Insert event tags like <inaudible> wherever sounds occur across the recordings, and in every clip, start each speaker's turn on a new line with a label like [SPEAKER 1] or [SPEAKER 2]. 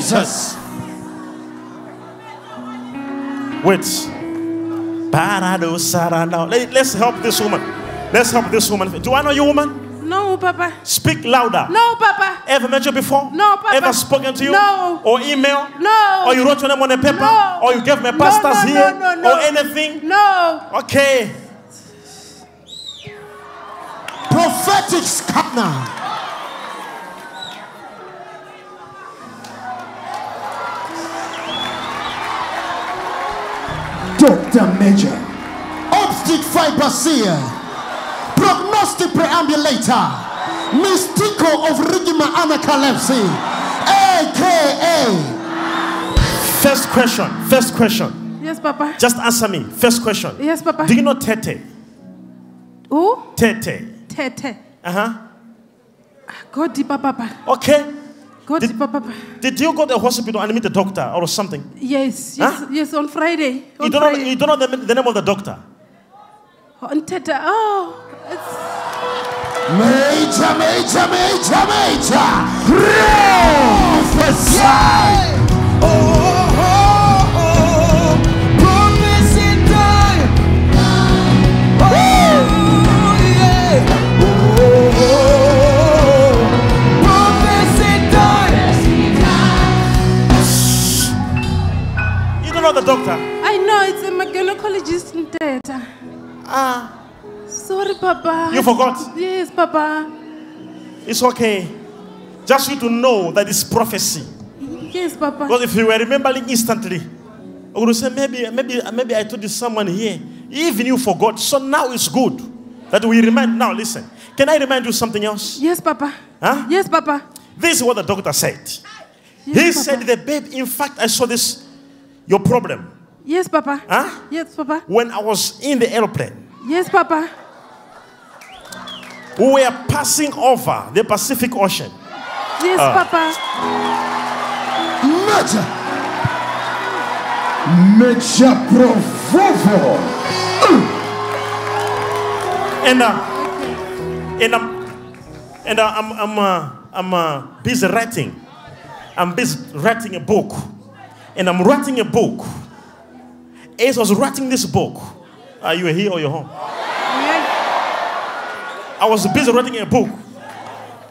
[SPEAKER 1] Jesus with Let, let's help this woman. Let's help this woman. Do I know you, woman?
[SPEAKER 2] No, Papa.
[SPEAKER 1] Speak louder.
[SPEAKER 2] No, Papa.
[SPEAKER 1] Ever met you before?
[SPEAKER 2] No, Papa.
[SPEAKER 1] Ever spoken to you?
[SPEAKER 2] No.
[SPEAKER 1] Or email?
[SPEAKER 2] No.
[SPEAKER 1] Or you wrote your name on a paper?
[SPEAKER 2] No.
[SPEAKER 1] Or you gave me
[SPEAKER 2] No,
[SPEAKER 1] pastors
[SPEAKER 2] no,
[SPEAKER 1] here?
[SPEAKER 2] no, no, no.
[SPEAKER 1] Or anything?
[SPEAKER 2] No.
[SPEAKER 1] Okay.
[SPEAKER 3] Prophetics come now. Dr. Major. Optic fiberseer. Prognostic preambulator. Mystico of Rigma Anacalepsy. AKA.
[SPEAKER 1] First question. First question.
[SPEAKER 2] Yes, Papa.
[SPEAKER 1] Just answer me. First question.
[SPEAKER 2] Yes, Papa.
[SPEAKER 1] Do you know Tete?
[SPEAKER 2] Who?
[SPEAKER 1] Tete.
[SPEAKER 2] Tete.
[SPEAKER 1] Uh huh.
[SPEAKER 2] Go deeper, Papa.
[SPEAKER 1] Okay.
[SPEAKER 2] Go
[SPEAKER 1] Did-
[SPEAKER 2] deeper, Papa.
[SPEAKER 1] Did you go to the hospital and meet the doctor or something?
[SPEAKER 2] Yes, yes,
[SPEAKER 1] Huh?
[SPEAKER 2] yes. On Friday. On
[SPEAKER 1] You don't know,
[SPEAKER 2] Friday.
[SPEAKER 1] you don't know the, the name of the doctor.
[SPEAKER 2] On Tete. Oh, it's
[SPEAKER 3] Major, major, major, major. Prophesy.
[SPEAKER 4] Oh, oh, oh, oh. Promise in time. Oh, yeah. Oh, oh, oh. Promise in time.
[SPEAKER 1] You don't know the doctor.
[SPEAKER 2] I know it's a gynecologist in Tete.
[SPEAKER 1] Ah,
[SPEAKER 2] Sorry, Papa.
[SPEAKER 1] You forgot?
[SPEAKER 2] Yes, Papa.
[SPEAKER 1] it's okay. Just you to know that it's prophecy.
[SPEAKER 2] Yes, Papa.
[SPEAKER 1] Because if you were remembering instantly, I would say maybe, maybe, maybe I told you someone here. Even you forgot. So now it's good that we remind. Now listen. Can I remind you something else?
[SPEAKER 2] Yes, Papa.
[SPEAKER 1] Huh?
[SPEAKER 2] Yes, Papa.
[SPEAKER 1] This is what the doctor said.
[SPEAKER 2] Yes,
[SPEAKER 1] he
[SPEAKER 2] Papa.
[SPEAKER 1] said, "The babe. In fact, I saw this. Your problem.
[SPEAKER 2] Yes, Papa.
[SPEAKER 1] Huh?
[SPEAKER 2] Yes, Papa.
[SPEAKER 1] When I was in the airplane,
[SPEAKER 2] Yes, Papa.
[SPEAKER 1] we were passing over the Pacific Ocean.
[SPEAKER 2] Yes,
[SPEAKER 1] Ah.
[SPEAKER 2] Papa.
[SPEAKER 3] Major. Major Provovo.
[SPEAKER 1] and uh, and I'm and uh, I'm I'm uh, I'm uh, busy writing. I'm busy writing a book, and I'm writing a book. Ace was writing this book. Are you were here or you're home?
[SPEAKER 2] Yes.
[SPEAKER 1] I was busy writing a book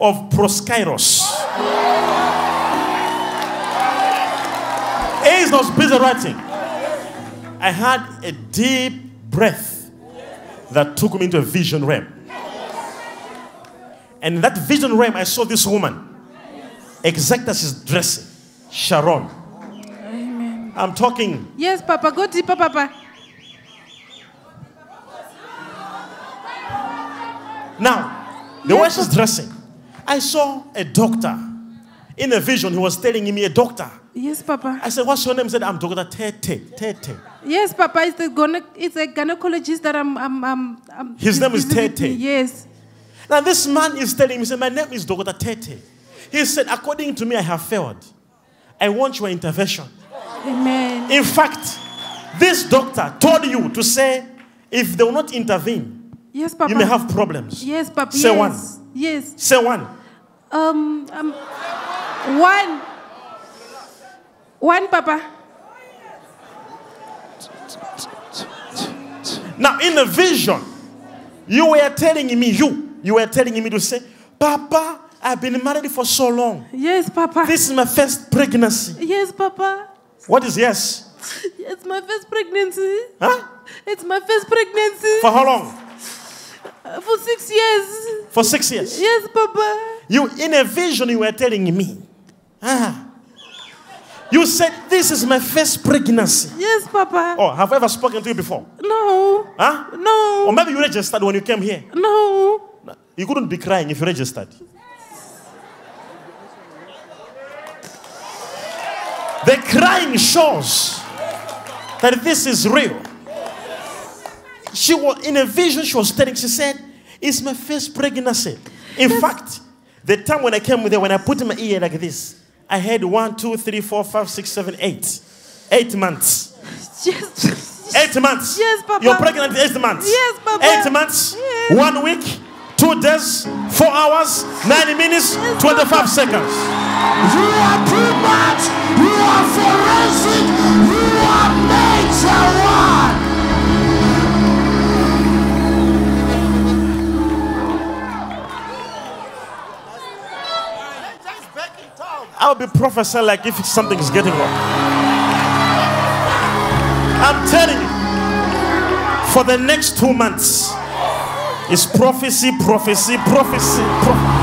[SPEAKER 1] of Proskyros. Ace was busy writing. I had a deep breath that took me into a vision realm. And in that vision realm, I saw this woman, exact as she's dressing, Sharon. I'm talking,
[SPEAKER 2] Yes, Papa. Go deeper, Papa.
[SPEAKER 1] now, the way she's dressing, I saw a doctor. In a vision, he was telling me, a doctor.
[SPEAKER 2] Yes, Papa.
[SPEAKER 1] I said, What's your name? He said, I'm Dr. Tete. Tete.
[SPEAKER 2] Yes, Papa. It's the gyne- it's a gynecologist that I'm. I'm, I'm, I'm
[SPEAKER 1] His name is
[SPEAKER 2] visiting.
[SPEAKER 1] Tete.
[SPEAKER 2] Yes.
[SPEAKER 1] Now, this man is telling me, he said, My name is Dr. Tete. He said, According to me, I have failed. I want your intervention.
[SPEAKER 2] Amen.
[SPEAKER 1] In fact, this doctor told you to say, If they will not intervene,
[SPEAKER 2] Yes, Papa.
[SPEAKER 1] you may have problems.
[SPEAKER 2] Yes, Papa.
[SPEAKER 1] Say
[SPEAKER 2] yes. Yes.
[SPEAKER 1] Say one.
[SPEAKER 2] Um, um. One. One, Papa.
[SPEAKER 1] Now, in the vision, you were telling me, you, you were telling me to say, Papa, I've been married for so long.
[SPEAKER 2] Yes, Papa.
[SPEAKER 1] This is my first pregnancy.
[SPEAKER 2] Yes, Papa.
[SPEAKER 1] What is yes?
[SPEAKER 2] It's my first pregnancy.
[SPEAKER 1] Huh?
[SPEAKER 2] It's my first pregnancy.
[SPEAKER 1] For how long?
[SPEAKER 2] Uh, for six years.
[SPEAKER 1] For six years.
[SPEAKER 2] Yes, Papa.
[SPEAKER 1] You in a vision you were telling me. Ah. You said this is my first pregnancy.
[SPEAKER 2] Yes, Papa.
[SPEAKER 1] Oh, have I ever spoken to you before?
[SPEAKER 2] No.
[SPEAKER 1] Huh? Or
[SPEAKER 2] No.
[SPEAKER 1] maybe you registered when you came here.
[SPEAKER 2] No.
[SPEAKER 1] You couldn't be crying if you registered. The crying shows that this is real. She was in a vision, she was telling, she said, It's my first pregnancy. In fact, the time when I came with her, when I put my ear like this, I had one, two, three, four, five, six, seven, eight. Eight months.
[SPEAKER 2] Yes.
[SPEAKER 1] Eight months.
[SPEAKER 2] Yes, Papa.
[SPEAKER 1] You're pregnant eight months.
[SPEAKER 2] Yes, Papa.
[SPEAKER 1] Eight months.
[SPEAKER 2] Yes.
[SPEAKER 1] One week, two days, four hours, 90 minutes,
[SPEAKER 2] Yes,
[SPEAKER 1] 25
[SPEAKER 2] Papa.
[SPEAKER 1] seconds.
[SPEAKER 3] You are too much.
[SPEAKER 1] be prophesying like if something is getting wrong. I'm telling you, for the next two months, it's prophecy, prophecy, prophecy, prophecy.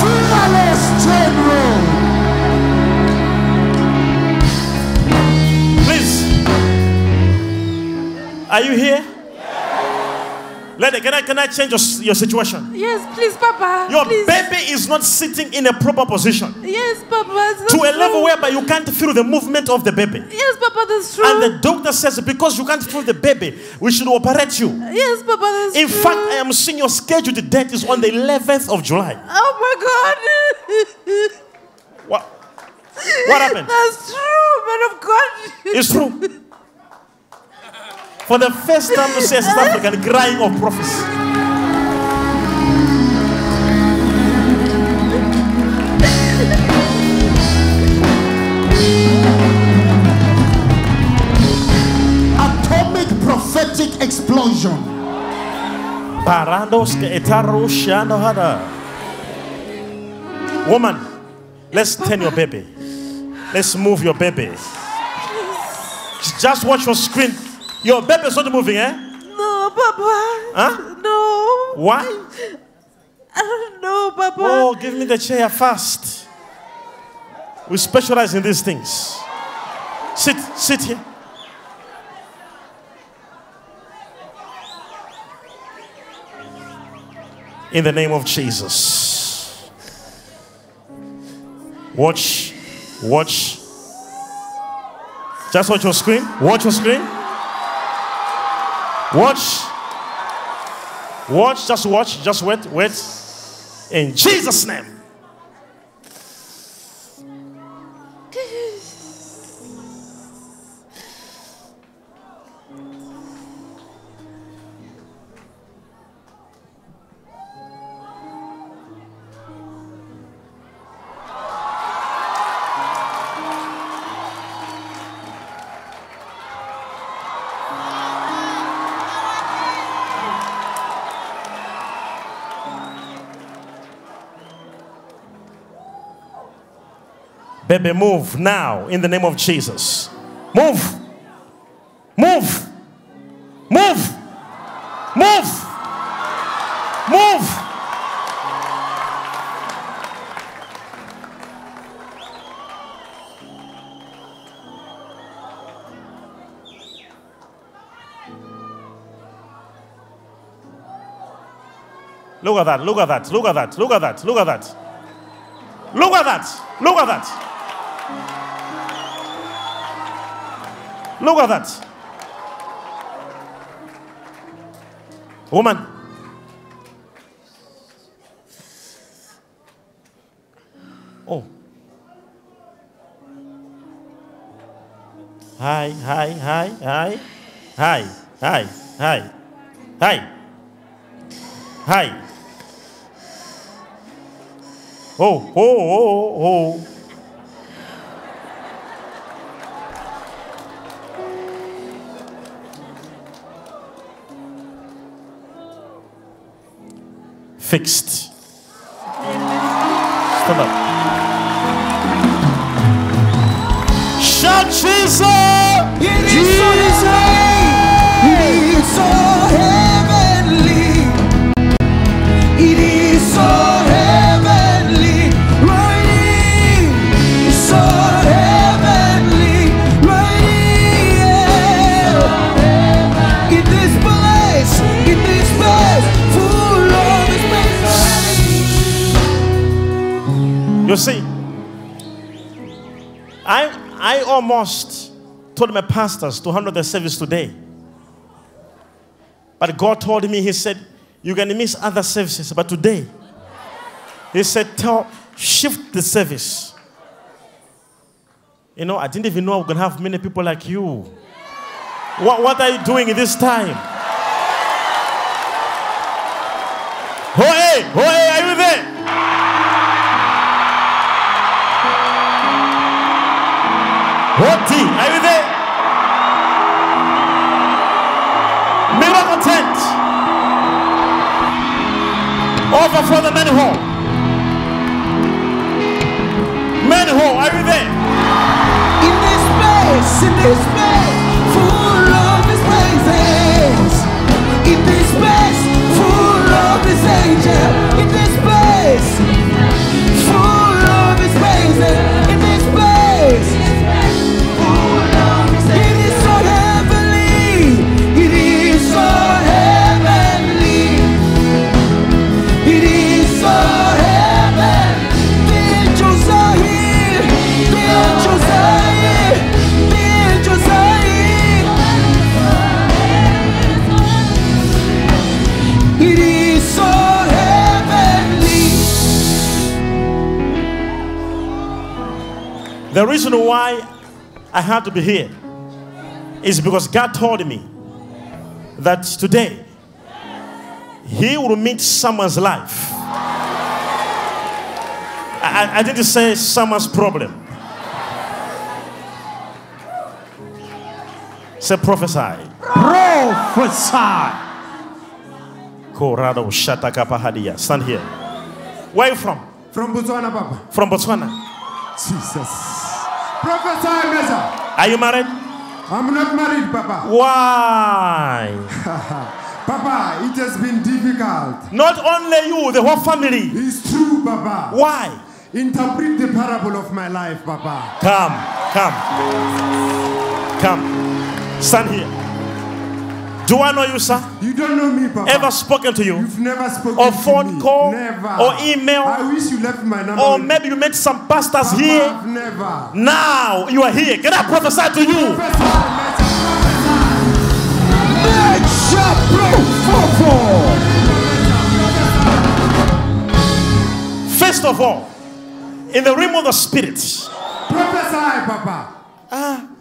[SPEAKER 3] Fearless general.
[SPEAKER 1] Please. Are you here? Lady, can I, can I change your, s- your situation?
[SPEAKER 2] Yes, please, Papa.
[SPEAKER 1] Your
[SPEAKER 2] please.
[SPEAKER 1] baby is not sitting in a proper position
[SPEAKER 2] Yes, Papa. it's
[SPEAKER 1] to
[SPEAKER 2] not
[SPEAKER 1] a level
[SPEAKER 2] true.
[SPEAKER 1] whereby you can't feel the movement of the baby.
[SPEAKER 2] Yes, Papa, that's true.
[SPEAKER 1] And the doctor says, because you can't feel the baby, we should operate you.
[SPEAKER 2] yes, Papa, that's
[SPEAKER 1] In
[SPEAKER 2] true.
[SPEAKER 1] fact, I am seeing your schedule. The date is on the 11th of July.
[SPEAKER 2] Oh my God.
[SPEAKER 1] What, what
[SPEAKER 2] <laughs>
[SPEAKER 1] happened?
[SPEAKER 2] That's true, man of God.
[SPEAKER 1] It's true. For the first time, you see a South African crying of prophecy.
[SPEAKER 3] Atomic prophetic explosion.
[SPEAKER 1] Parados ke etaro shano hada. Woman, let's turn your baby. Let's move your baby. Just watch your screen. Your baby is not moving, eh?
[SPEAKER 2] no, Papa.
[SPEAKER 1] Huh?
[SPEAKER 2] No.
[SPEAKER 1] Why?
[SPEAKER 2] I don't know, Papa.
[SPEAKER 1] Oh, give me the chair fast. We specialize in these things. Sit, sit here. In the name of Jesus. Watch, watch. Just watch your screen. Watch your screen. Watch. Watch, just watch, just wait, wait. In Jesus' name. Oh. Baby, move now in the name of Jesus. Move. Move. Move. Move. Move. Look at that, look at that, look at that, look at that, look at that. Look at that. Look at that. Look at that. Woman. Oh. Hi, hi, hi, hi. Hi, hi, hi. Hi. Hi. Oh, oh, oh, oh. Fixed. Stand up. Shout Jesus!
[SPEAKER 4] It is so heavenly. It is so heavenly. It is so heavenly. Right here. It's so heavenly. Right here. In this place. In this place. Full of His mercy.
[SPEAKER 1] You see, I I almost told my pastors to handle the service today. But God told me, He said, you can miss other services, but today, He said, tell, shift the service. You know, I didn't even know I was going to have many people like you. What, what are you doing this time? Oh, hey, oh, hey, are you there? What tea? Are you there? Miracle tent. Over for the men hall. Men
[SPEAKER 4] in this place full of His praises. In this place full of His angel. In this place full of His praises. In this place. It is so heavenly. It is so heavenly. It is for heaven. The angels are here. The angels are here. The angels are here. It is so heavenly.
[SPEAKER 1] The reason why I had to be here is because God told me that today He will meet someone's life. I, I- I didn't say someone's problem. Say prophesy.
[SPEAKER 5] Prophesy.
[SPEAKER 1] Korado Shataka Pahadia. Stand here. Where are you from?
[SPEAKER 5] From Botswana, Papa.
[SPEAKER 1] From Botswana.
[SPEAKER 5] Jesus. Prophesy, Mesa.
[SPEAKER 1] Are you married?
[SPEAKER 5] I'm not married, Papa.
[SPEAKER 1] Why?
[SPEAKER 5] Papa, it has been difficult.
[SPEAKER 1] Not only you, the whole family.
[SPEAKER 5] It's true, Papa.
[SPEAKER 1] Why?
[SPEAKER 5] Interpret the parable of my life, Papa.
[SPEAKER 1] Come, come, come. Stand here. Do I know you, sir?
[SPEAKER 5] You don't know me, Papa.
[SPEAKER 1] Ever spoken to you?
[SPEAKER 5] You've never spoken
[SPEAKER 1] Or
[SPEAKER 5] to
[SPEAKER 1] phone
[SPEAKER 5] me.
[SPEAKER 1] call,
[SPEAKER 5] never.
[SPEAKER 1] or email.
[SPEAKER 5] I wish you left my number.
[SPEAKER 1] Or
[SPEAKER 5] with-
[SPEAKER 1] maybe you met some pastors
[SPEAKER 5] Papa,
[SPEAKER 1] here.
[SPEAKER 5] I've never.
[SPEAKER 1] Now you are here. Can I prophesy to you? First of all, in the realm of the spirit,
[SPEAKER 5] Prophesy, Papa.
[SPEAKER 1] ah,